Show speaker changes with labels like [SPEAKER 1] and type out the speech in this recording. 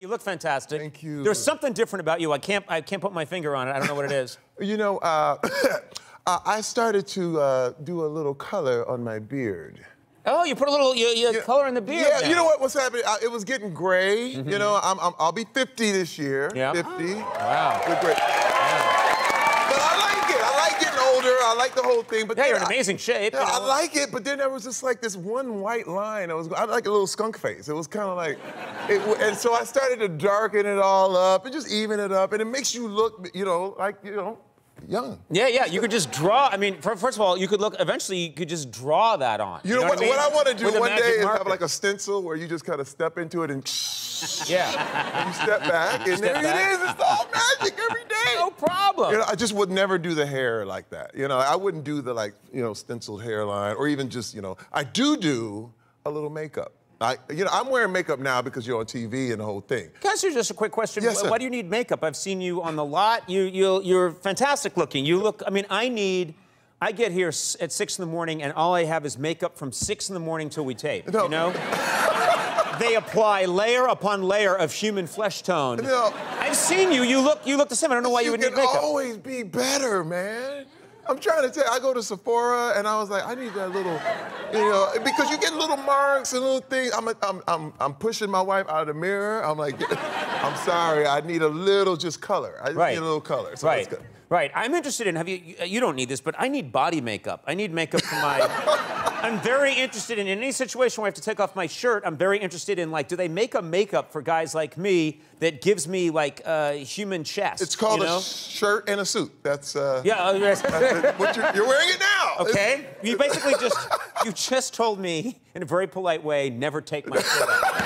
[SPEAKER 1] You look fantastic.
[SPEAKER 2] Thank you.
[SPEAKER 1] There's something different about you. I can't. I can't put my finger on it. I don't know what it is.
[SPEAKER 2] You know, uh, I I started to uh, do a little color on my beard.
[SPEAKER 1] oh, you put a little you, you color in the beard.
[SPEAKER 2] Yeah,
[SPEAKER 1] now. Mm-hmm.
[SPEAKER 2] you know what was happening? I, it was getting gray. You know, I'm, I'm, I'll be 50 this year.
[SPEAKER 1] Yeah. Oh.
[SPEAKER 2] 50.
[SPEAKER 1] Wow.
[SPEAKER 2] Good, great. But I like it. I like getting older. I like the whole thing. But
[SPEAKER 1] Yeah, you're in
[SPEAKER 2] then I-
[SPEAKER 1] amazing shape.
[SPEAKER 2] Yeah,
[SPEAKER 1] you
[SPEAKER 2] I
[SPEAKER 1] know.
[SPEAKER 2] like it, but then there was just like this one white line. I was, I had like a little skunk face. It was kind of like, it, w- and so I started to darken it all up and just even it up, and it makes you look, you know, like you know, young.
[SPEAKER 1] Yeah, yeah. You could just draw. I mean, fir- first of all, you could look. Eventually, you could just draw that on.
[SPEAKER 2] You know, what,
[SPEAKER 1] mean?
[SPEAKER 2] what I want to
[SPEAKER 1] With
[SPEAKER 2] do
[SPEAKER 1] a
[SPEAKER 2] one
[SPEAKER 1] magic
[SPEAKER 2] day is have
[SPEAKER 1] marker.
[SPEAKER 2] like a stencil where you just kind of step into it and
[SPEAKER 1] Yeah.
[SPEAKER 2] you step back, and there
[SPEAKER 1] back.
[SPEAKER 2] it is. It's all magic every day.
[SPEAKER 1] no problem.
[SPEAKER 2] You know, I just would never do the hair like that. You know, I wouldn't do the like, you know, stenciled hairline or even just, you know, I do do a little makeup. I, you know, I'm wearing makeup now because you're on TV and the whole thing.
[SPEAKER 1] Can I ask you just a quick question?
[SPEAKER 2] Yes,
[SPEAKER 1] Why-
[SPEAKER 2] sir.
[SPEAKER 1] Why do you need makeup? I've seen you on the lot. You, you, you're fantastic looking. You look, I mean, I need, I get here s- at six in the morning and all I have is makeup from six in the morning till we tape.
[SPEAKER 2] No.
[SPEAKER 1] You know? they apply layer upon layer of human flesh tone.
[SPEAKER 2] No.
[SPEAKER 1] I've seen you. You look, you look the same. I don't know why you, would
[SPEAKER 2] can
[SPEAKER 1] need makeup.
[SPEAKER 2] always be better, man. I'm trying to tell you, I go to Sephora and I was like, I need that little, you know, because you get little marks and little things. I'm, a, I'm, I'm, I'm pushing my wife out of the mirror. I'm like, I'm sorry, I need a little just color. I just
[SPEAKER 1] Right.
[SPEAKER 2] need a little color. So
[SPEAKER 1] right.
[SPEAKER 2] it's good.
[SPEAKER 1] Right. I'm interested in have you you- you don't need this, but I need body makeup. I need makeup for my I'm very interested in, in any situation where I have to take off my shirt, I'm very interested in like do they make a makeup for guys like me that gives me like a human chest?
[SPEAKER 2] It's called
[SPEAKER 1] you
[SPEAKER 2] a
[SPEAKER 1] know?
[SPEAKER 2] shirt and a suit. That's uh,
[SPEAKER 1] Yeah. oh, okay.
[SPEAKER 2] that's what you're, you're wearing it now.
[SPEAKER 1] okay. You basically just you just told me in a very polite way never take my shirt off.